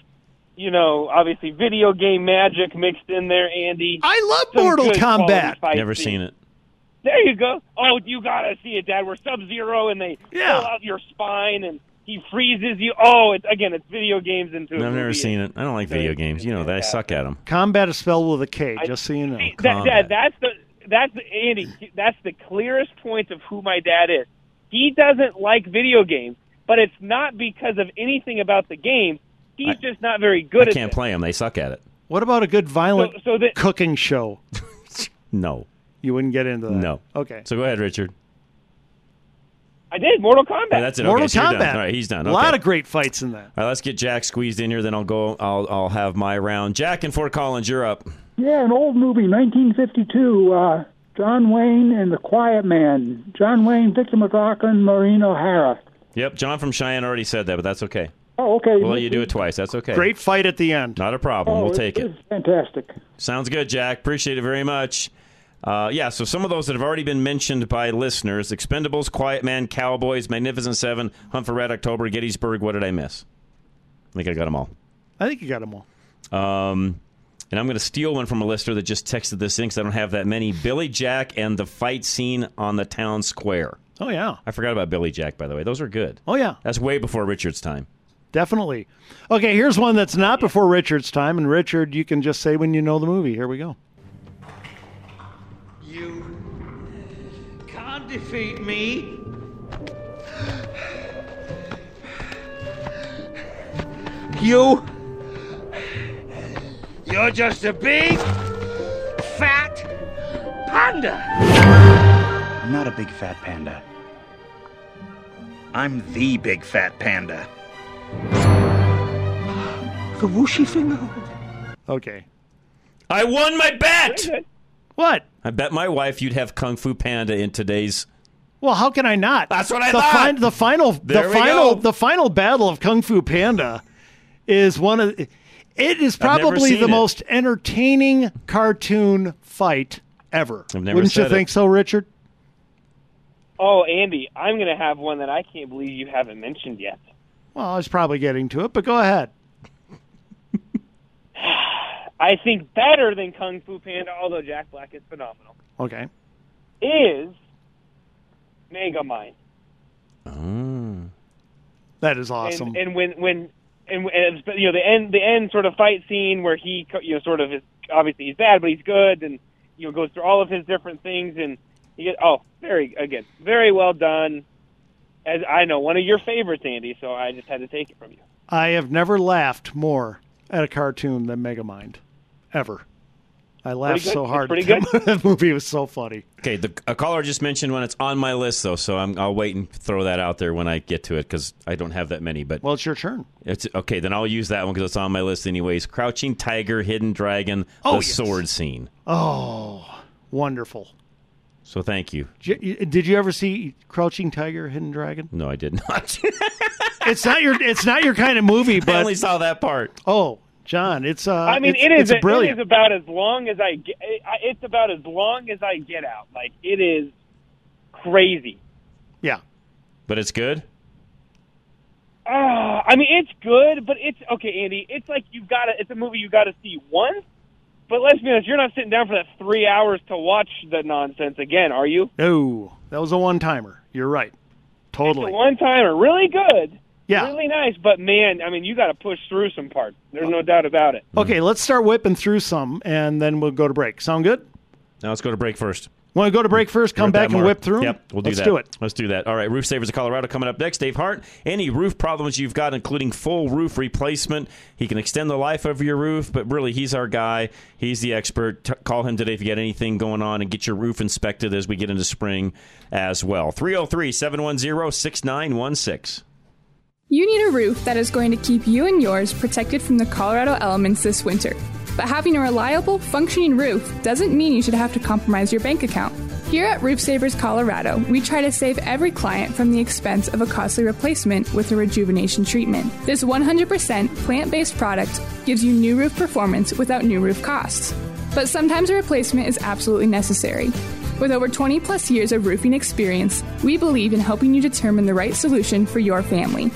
you know, obviously video game magic mixed in there. Andy,
I love Mortal Kombat.
Never seen it.
There you go. Oh, you gotta see it, Dad. We're Sub Zero, and they pull out your spine, and he freezes you. Oh, it's, again, it's video games into. a
I've never
movie.
seen it. I don't like video games. You know that I suck at them.
Combat is spelled with a K, just so you know.
That, Dad, that's the that's the, Andy. That's the clearest point of who my dad is. He doesn't like video games, but it's not because of anything about the game. He's just not very
I
good at
can't
it.
play them. They suck at it.
What about a good violent
So- so that-
cooking show?
No,
You wouldn't get into that.
no.
Okay.
So go ahead, Richard.
I did Mortal Kombat.
Yeah, Oh, that's it. Okay,
Uh, Mortal
so you're done.
Kombat.
All right, he's done.
A lot
Okay.
of great fights in that.
All right, let's get Jack squeezed in here. Then I'll go. I'll I'll have my round. Jack and Fort Collins, you're up.
Yeah, an old movie, 1952. Uh, John Wayne and the Quiet Man. John Wayne, Victor McLaughlin, Maureen O'Hara.
Yep, John from Cheyenne already said that, but that's okay.
Oh, okay.
We'll let you do it twice. That's okay.
Great fight at the end.
Not a problem.
Oh,
we'll take it.
It's fantastic.
Sounds good, Jack. Appreciate it very much. Uh, yeah, so some of those that have already been mentioned by listeners Expendables, Quiet Man, Cowboys, Magnificent Seven, Hunt for Red October, Gettysburg. What did I miss? I think I got them all.
I think you got them all.
Um, and I'm going to steal one from a listener that just texted this in because I don't have that many. Billy Jack and the fight scene on the town square.
Oh yeah.
I forgot about Billy Jack, by the way. Those are good.
Oh yeah.
That's way before Richard's time.
Definitely. Okay, here's one that's not before Richard's time, and Richard, you can just say when you know the movie. Here we go.
You can't defeat me. You. You're just a big, fat panda.
I'm not a big fat panda. I'm the big fat panda.
The whooshy finger.
Okay.
I won my bet!
What?
I bet my wife you'd have Kung Fu Panda in today's.
Well, how can I not? That's
what I
the
thought.
fin- the final,
There
the
we
final,
go.
the final battle of Kung Fu Panda is one of. It is
I've never
probably
seen
the
it.
most entertaining cartoon fight ever.
I've never
Wouldn't you
said it.
think so, Richard?
Oh, Andy, I'm gonna have one that I can't believe you haven't mentioned yet.
Well, I was probably getting to it, but go ahead.
I think better than Kung Fu Panda, although Jack Black is phenomenal,
Okay.
is Megamind.
Mm.
That is awesome.
And, and when when and, and it's- but, you know the end the end sort of fight scene where he co- you know sort of is obviously he's bad but he's good and you know goes through all of his different things and you get oh very again very well done. As I know one of your favorites, Andy, so I just had to take it from you.
I have never laughed more at a cartoon than Megamind, ever. I laughed
good.
so
It's
hard.
pretty
at that mo- that movie was so funny.
Okay, the, a caller just mentioned one. It's on my list, though, so I'm, I'll wait and throw that out there when I get to it because I don't have that many. But
Well, it's your turn.
It's okay. Then I'll use that one because it's on my list anyways. Crouching Tiger, Hidden Dragon,
Oh,
the
yes.
sword scene.
Oh, wonderful.
So thank you.
J- y- Did you ever see Crouching Tiger, Hidden Dragon?
No, I did not.
it's not your it's not your kind of movie, but
only saw that part.
Oh, John, it's uh
I mean,
it's,
it is
it's brilliant.
it is about as long as I get. It's about as long as I get out. Like it is crazy.
yeah.
But it's good?
Ah, I mean, it's good, but it's okay, Andy. It's like you've got to. It's a movie you got to see once. But let's be honest, you're not sitting down for that three hours to watch the nonsense again, are you?
No, that was a one timer. You're right. Totally.
One timer, really good.
Yeah.
Really nice, but man, I mean, you got to push through some parts. There's no doubt about it.
Okay, let's start whipping through some, and then we'll go to break. Sound good?
Now let's go to break first.
Want to go to break first? Come
We're at that
back and
mark.
whip through. 'em?
Yep, we'll do
let's
that.
do it.
Let's do that. All right, Roof Savers of Colorado coming up next. Dave Hart, any roof problems you've got, including full roof replacement, he can extend the life of your roof, but really, he's our guy. He's the expert. T- call him today if you got anything going on and get your roof inspected as we get into spring as well. 303 710 6916.
You need a roof that is going to keep you and yours protected from the Colorado elements this winter. But having a reliable, functioning roof doesn't mean you should have to compromise your bank account. Here at Roof Savers Colorado, we try to save every client from the expense of a costly replacement with a rejuvenation treatment. This 100% plant based product gives you new roof performance without new roof costs. But sometimes a replacement is absolutely necessary. With over 20 plus years of roofing experience, we believe in helping you determine the right solution for your family.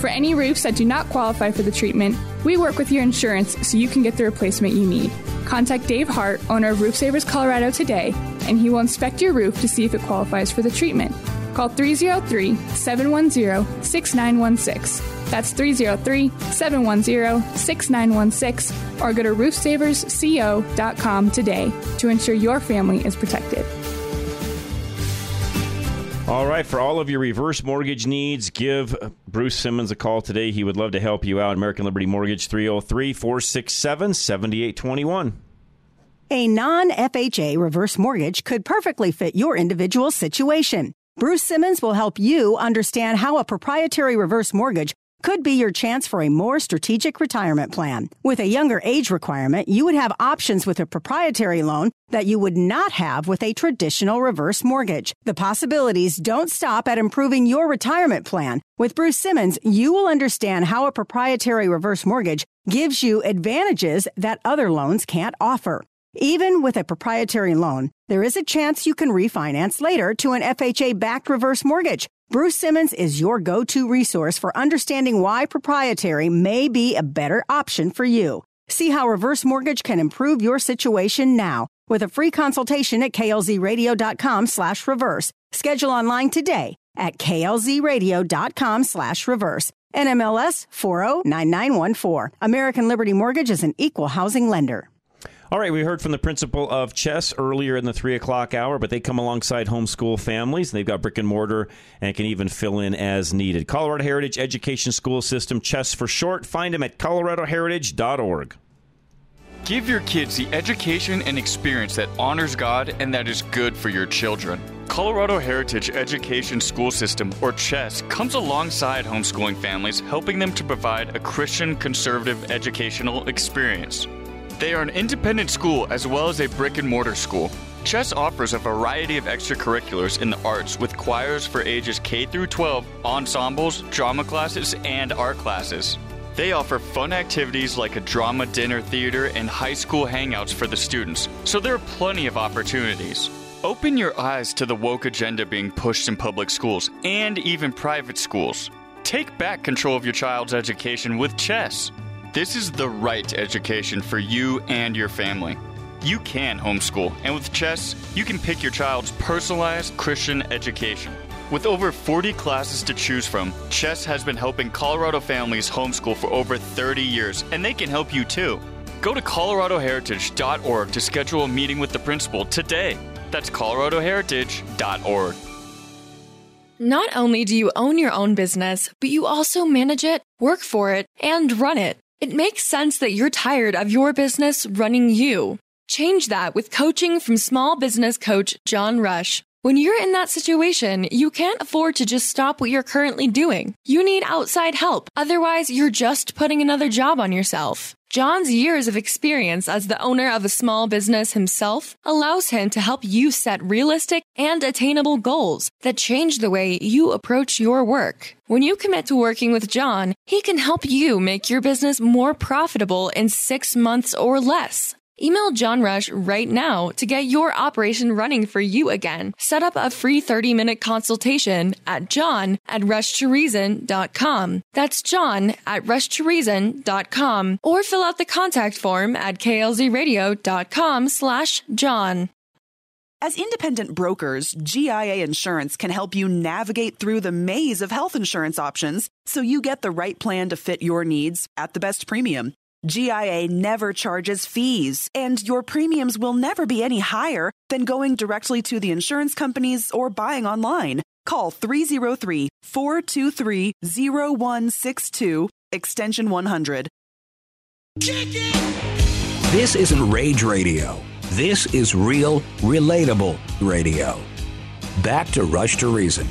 For any roofs that do not qualify for the treatment, we work with your insurance so you can get the replacement you need. Contact Dave Hart, owner of Roof Savers Colorado, today, and he will inspect your roof to see if it qualifies for the treatment. Call 303 710 6916. That's 303 710 6916, or go to roofsaversco.com today to ensure your family is protected.
All right, for all of your reverse mortgage needs, give Bruce Simmons a call today. He would love to help you out. American Liberty Mortgage 303 467 7821.
A non FHA reverse mortgage could perfectly fit your individual situation. Bruce Simmons will help you understand how a proprietary reverse mortgage could be your chance for a more strategic retirement plan. With a younger age requirement, you would have options with a proprietary loan that you would not have with a traditional reverse mortgage. The possibilities don't stop at improving your retirement plan. With Bruce Simmons, you will understand how a proprietary reverse mortgage gives you advantages that other loans can't offer. Even with a proprietary loan, there is a chance you can refinance later to an FHA backed reverse mortgage. Bruce Simmons is your go to resource for understanding why proprietary may be a better option for you. See how reverse mortgage can improve your situation now with a free consultation at klzradio.com slash reverse. Schedule online today at klzradio.com slash reverse. NMLS 409914. American Liberty Mortgage is an equal housing lender.
All right, we heard from the principal of chess earlier in the three o'clock hour, but they come alongside homeschool families. They've got brick and mortar and can even fill in as needed. Colorado Heritage Education School System, chess for short. Find them at coloradoheritage.org.
Give your kids the education and experience that honors God and that is good for your children. Colorado Heritage Education School System, or CHES, comes alongside homeschooling families, helping them to provide a Christian conservative educational experience. They are an independent school as well as a brick and mortar school. Chess offers a variety of extracurriculars in the arts with choirs for ages K through 12, ensembles, drama classes, and art classes. They offer fun activities like a drama dinner theater and high school hangouts for the students, so there are plenty of opportunities. Open your eyes to the woke agenda being pushed in public schools and even private schools. Take back control of your child's education with chess. This is the right education for you and your family. You can homeschool, and with Chess, you can pick your child's personalized Christian education. With over 40 classes to choose from, Chess has been helping Colorado families homeschool for over 30 years, and they can help you too. Go to coloradoheritage.org to schedule a meeting with the principal today. That's coloradoheritage.org.
Not only do you own your own business, but you also manage it, work for it, and run it. It makes sense that you're tired of your business running you. Change that with coaching from small business coach John Rush. When you're in that situation, you can't afford to just stop what you're currently doing. You need outside help. Otherwise, you're just putting another job on yourself. John's years of experience as the owner of a small business himself allows him to help you set realistic and attainable goals that change the way you approach your work. When you commit to working with John, he can help you make your business more profitable in six months or less. Email John Rush right now to get your operation running for you again. Set up a free 30 minute consultation at john at rushtoreason.com. That's john at rushtoreason.com or fill out the contact form at klzradio.com slash john.
As independent brokers, GIA Insurance can help you navigate through the maze of health insurance options so you get the right plan to fit your needs at the best premium. GIA never charges fees, and your premiums will never be any higher than going directly to the insurance companies or buying online. Call 303 423 0162, extension 100.
This isn't rage radio. This is real, relatable radio. Back to Rush to Reason.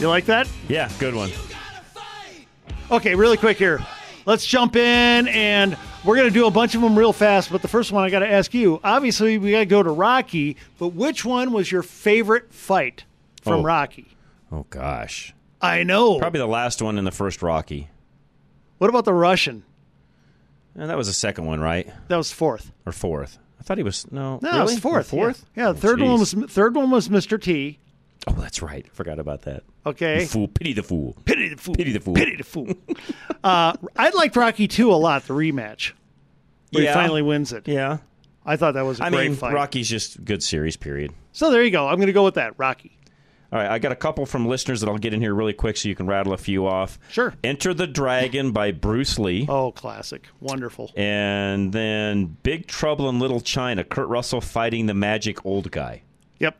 You like that?
Yeah, good one.
Okay, really quick here. Let's jump in, and we're going to do a bunch of them real fast. But the first one I got to ask you obviously, we got to go to Rocky, but which one was your favorite fight from
Oh.
Rocky?
Oh gosh.
I know.
Probably the last one in the first Rocky.
What about the Russian?
And that was the second one, right?
That was fourth.
Or fourth. I thought he was no.
No,
Oh, really?
it was fourth.
Or fourth? Oh,
Yeah, yeah the third
jeez.
one was third one was Mr. T.
Oh, that's right. Forgot about that.
Okay.
The fool. Pity the fool.
Pity the fool.
Pity the fool.
Pity the fool. uh, I liked Rocky two a lot. The rematch. Where
Yeah.
He finally wins it.
Yeah.
I thought that was a
I
great
mean,
fight.
Rocky's just good series. Period.
So there you go. I'm going to go with that. Rocky.
All right, I got a couple from listeners that I'll get in here really quick, so you can rattle a few off.
Sure.
Enter the Dragon by Bruce Lee.
Oh, classic. Wonderful.
And then Big Trouble in Little China, Kurt Russell fighting the magic old guy.
Yep.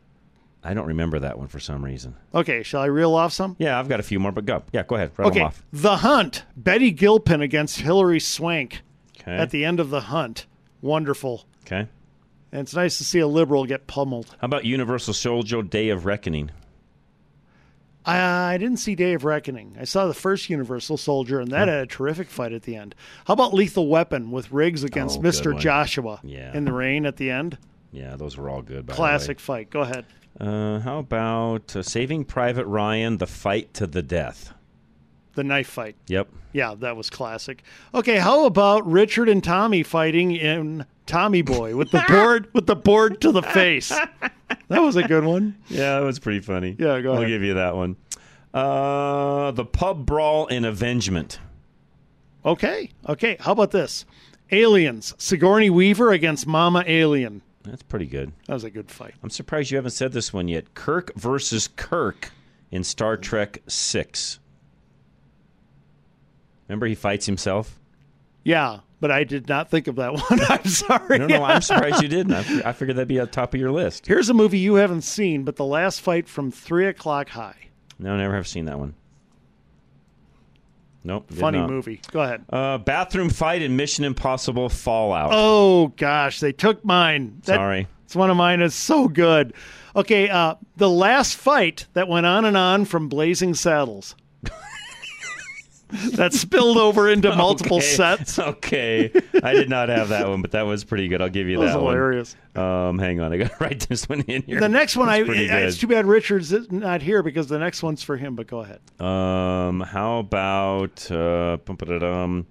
I don't remember that one for some reason.
Okay, shall I reel off some?
Yeah, I've got a few more, but go. Yeah, go ahead. Rattle
okay.
them off.
The Hunt. Betty Gilpin against Hillary Swank
Okay.
at the end of The Hunt. Wonderful.
Okay.
And it's nice to see a liberal get pummeled.
How about Universal Soldier Day of Reckoning?
I, I didn't see Day of Reckoning. I saw the first Universal Soldier, and that had a terrific fight at the end. How about Lethal Weapon with Riggs against
Oh, good
Mr.
one.
Joshua
Yeah.
in the rain at the end?
Yeah, those were all good. By the way.
Classic fight. Go ahead.
Uh, how about uh, Saving Private Ryan, The Fight to the Death?
The knife fight.
Yep.
Yeah, that was classic. Okay, how about Richard and Tommy fighting in Tommy Boy with the board with the board to the face? That was a good one.
Yeah, that was pretty funny.
Yeah, go
I'll
ahead.
give you that one. Uh, the Pub Brawl in Avengement.
Okay. Okay, how about this? Aliens, Sigourney Weaver against Mama Alien.
That's pretty good.
That was a good fight.
I'm surprised you haven't said this one yet. Kirk versus Kirk in Star Trek Six. Remember, he fights himself.
Yeah, but I did not think of that one. I'm sorry.
No, no, I'm surprised you didn't. I, fi- I figured that'd be at the top of your list.
Here's a movie you haven't seen, but the last fight from three o'clock high.
No, never have seen that one. Nope. did
Funny
not.
movie. Go ahead.
Uh, bathroom fight in Mission Impossible Fallout.
Oh gosh, they took mine. That-
Sorry.
It's one of mine. It's so good. Okay, uh, the last fight that went on and on from Blazing Saddles. that spilled over into multiple
Okay.
sets.
Okay, I did not have that one, but that was pretty good. I'll give you
That
that,
was hilarious.
one. Um, hang on, I got to write this one in here.
The next one, I,
It's pretty
it's too
good.
bad Richard's not here because the next one's for him. But go ahead.
Um, how about uh, um,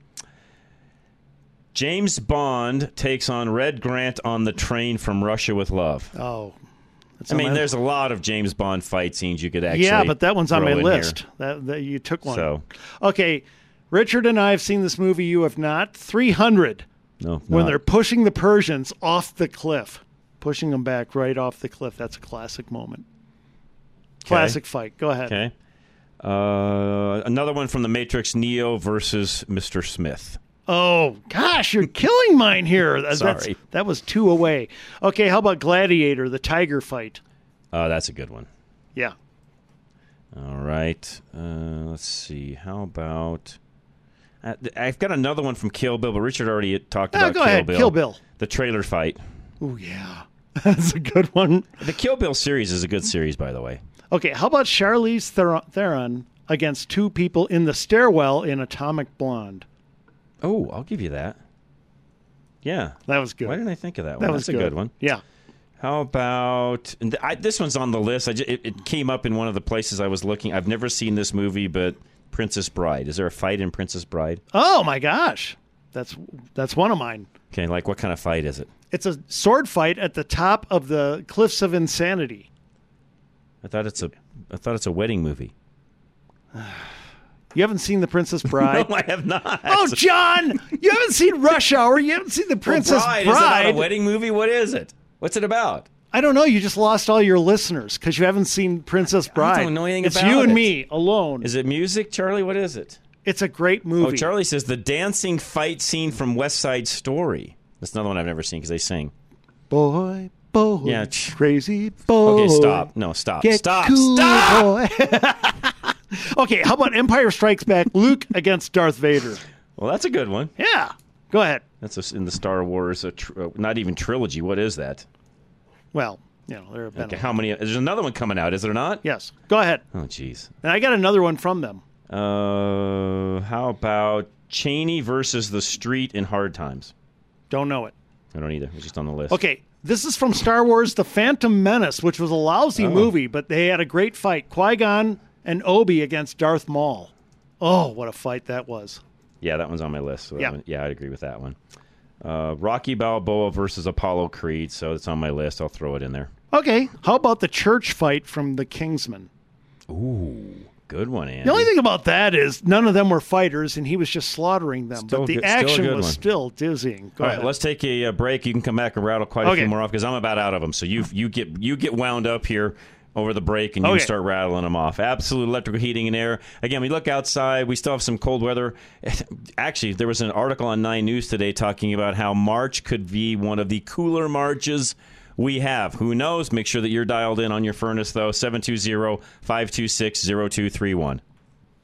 James Bond takes on Red Grant on the train from Russia with Love.
Oh, that's
I
on
mean,
my-
there's a lot of James Bond fight scenes you could actually.
yeah, but that one's on
throw
my
in
list.
here.
That, that you took one.
So
Okay, Richard and I have seen this movie. You have not. Three hundred.
no,
when
not.
they're pushing the Persians off the cliff, pushing them back right off the cliff. That's a classic moment. Classic fight. Go ahead.
Okay. Uh, another one from The Matrix: Neo versus Mr. Smith.
Oh gosh, you're killing mine here. That's-
Sorry.
that was two away. Okay, how about Gladiator, the tiger fight?
Uh, that's a good one.
Yeah.
All right. Uh, let's see. How about? I- I've got another one from Kill Bill, but Richard already talked
Oh,
about
go
Kill
ahead,
Bill.
Kill Bill.
The trailer fight.
Oh yeah, that's a good one.
The Kill Bill series is a good series, by the way.
Okay, how about Charlize Theron, Theron against two people in the stairwell in Atomic Blonde?
Oh, I'll give you that. Yeah,
that was good.
Why didn't I think of that one?
That was
That's a good one.
Yeah.
How about and th- I, this one's on the list? I ju- it, it came up in one of the places I was looking. I've never seen this movie, but Princess Bride. Is there a fight in Princess Bride?
Oh my gosh, that's that's one of mine.
Okay, like what kind of fight is it?
It's a sword fight at the top of the cliffs of insanity.
I thought it's a I thought it's a wedding movie.
You haven't seen The Princess Bride?
No, I have not.
Oh, John, you haven't seen Rush Hour. You haven't seen The Princess
Bride. Is it
Bride.
not a wedding movie? What is it? What's it about?
I don't know. You just lost all your listeners because you haven't seen Princess Bride.
I don't know anything
it's
about
you and
it.
me alone.
Is it music, Charlie? What is it?
It's a great movie.
Oh, Charlie says the dancing fight scene from West Side Story. That's another one I've never seen because they sing.
Boy, boy,
Yeah.
crazy boy.
Okay, stop. No, stop.
Get
stop.
cool,
Stop.
boy. okay, how about Empire Strikes Back? Luke against Darth Vader.
Well, that's a good one.
Yeah. Go ahead.
That's a, in the Star Wars, a tr- uh, not even trilogy. What is that?
Well, you know there have been.
Okay, how many? There's another one coming out, is there not?
Yes. Go ahead.
Oh, jeez.
And I got another one from them.
Uh, Uh, how about Cheney versus the Street in Hard Times?
Don't know it.
I don't either. It's just on the list.
Okay, this is from Star Wars: The Phantom Menace, which was a lousy
Oh.
movie, but they had a great fight. Qui Gon and Obi against Darth Maul. Oh, what a fight that was!
Yeah, that one's on my list. So that
Yeah.
one- yeah, I'd agree with that one. Uh, Rocky Balboa versus Apollo Creed. So it's on my list. I'll throw it in there.
Okay, how about the church fight from The Kingsman?
Ooh, good one, Andy.
The only thing about that is none of them were fighters, and he was just slaughtering them.
Still
but the
good- still a
action
good
was
one.
still dizzying. Go
All right,
ahead.
let's take a, uh break. You can come back and rattle quite a
Okay.
few more off because I'm about out of them. So you you get you get wound up here over the break and you
Okay.
can start rattling them off. Absolute electrical heating and air. Again, we look outside. We still have some cold weather. Actually, there was an article on Nine News today talking about how March could be one of the cooler Marches. We have. Who knows? Make sure that you're dialed in on your furnace, though. 720 526 0231.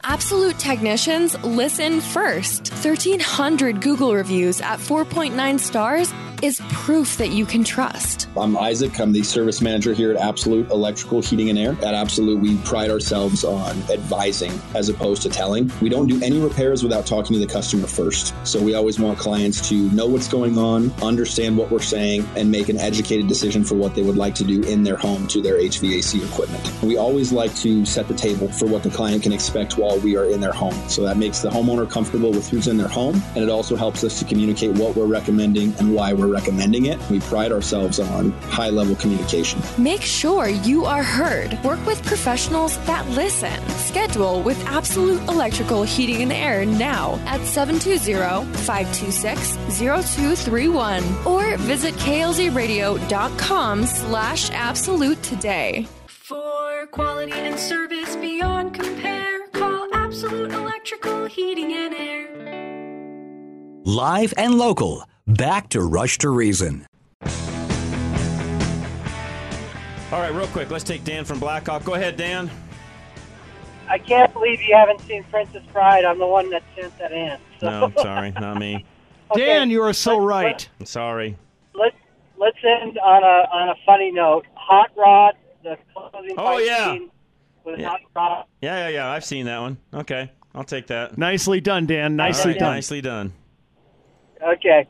Absolute Technicians Listen First. 1,300 Google reviews at 4.9 stars is proof that you can trust.
I'm Isaac. I'm the service manager here at Absolute Electrical Heating and Air. At Absolute, we pride ourselves on advising as opposed to telling. We don't do any repairs without talking to the customer first. So we always want clients to know what's going on, understand what we're saying, and make an educated decision for what they would like to do in their home to their HVAC equipment. We always like to set the table for what the client can expect while we are in their home. So that makes the homeowner comfortable with who's in their home, and it also helps us to communicate what we're recommending and why we're recommending it. We pride ourselves on high level communication.
Make sure you are heard. Work with professionals that listen. Schedule with Absolute Electrical Heating and Air now at 720-526-0231 or visit klzradio.com slash absolute today.
For quality and service beyond compare, call Absolute Electrical Heating and Air.
Live and local, back to Rush to Reason.
All right, real quick, let's take Dan from Blackhawk. Go ahead, Dan.
I can't believe you haven't seen Princess Bride. I'm the one that sent that in.
No, sorry, not me.
Dan, you are so right.
I'm sorry.
Let's let's end on a on a funny note. Hot Rod, the closing
Oh,
fight
yeah.
scene with
Yeah.
Hot Rod.
Yeah, yeah, yeah. I've seen that one. Okay, I'll take that.
Nicely done, Dan.
All
Nicely
right,
done.
Nicely done.
Okay,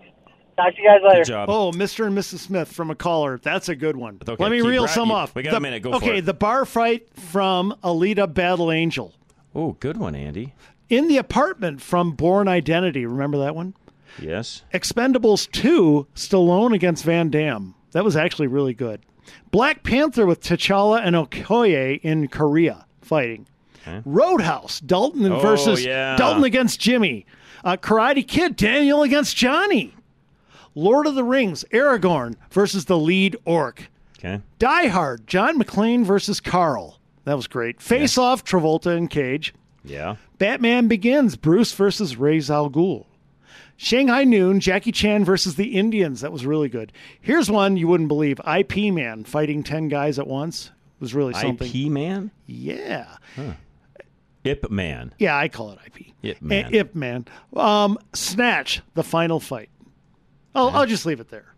talk to you guys later.
job.
Oh, Mr. and Mrs. Smith from a caller. That's a good one.
Okay,
Let me
keep
reel
right-
some
you-
off.
we got
the,
a minute. Go for
okay,
it.
the bar fight from Alita Battle Angel.
Oh, good one, Andy.
In the apartment from Born Identity. Remember that one?
Yes.
Expendables 2, Stallone against Van Damme. That was actually really good. Black Panther with T'Challa and Okoye in Korea fighting. Roadhouse, Dalton
Oh,
versus
yeah.
Dalton against Jimmy. Uh, Karate Kid, Daniel against Johnny. Lord of the Rings, Aragorn versus the lead orc.
Okay.
Die Hard, John McClane versus Carl. That was great. Face Off, Travolta and Cage.
Yeah.
Batman Begins, Bruce versus Ra's al Ghul. Shanghai Noon, Jackie Chan versus the Indians. That was really good. Here's one you wouldn't believe IP Man fighting 10 guys at once. It was really something.
IP Man?
Yeah.
Huh. Ip Man.
Yeah, I call it IP.
Ip
Man.
Man.
Ip Man. Um, Snatch, the final fight. I'll, I'll just leave it there.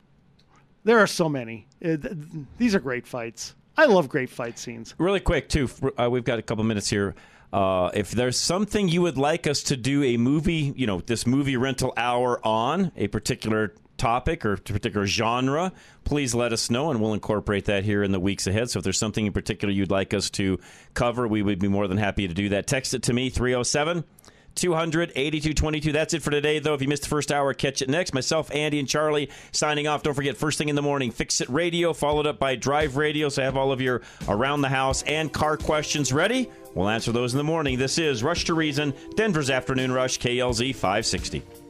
There are so many. Uh, th- th- these are great fights. I love great fight scenes.
Really quick, too. f- Uh, we've got a couple minutes here. Uh, if there's something you would like us to do a movie, you know, this movie rental hour on a particular topic or t- particular genre, please let us know and we'll incorporate that here in the weeks ahead. So if there's something in particular you'd like us to cover, we would be more than happy to do that. Text it to me, 307 200 8222. That's it for today, though. If you missed the first hour, catch it next. Myself, Andy, and Charlie signing off. Don't forget, first thing in the morning, Fix It Radio, followed up by Drive Radio. So have all of your around the house and car questions ready. We'll answer those in the morning. This is Rush to Reason, Denver's Afternoon Rush, KLZ 560.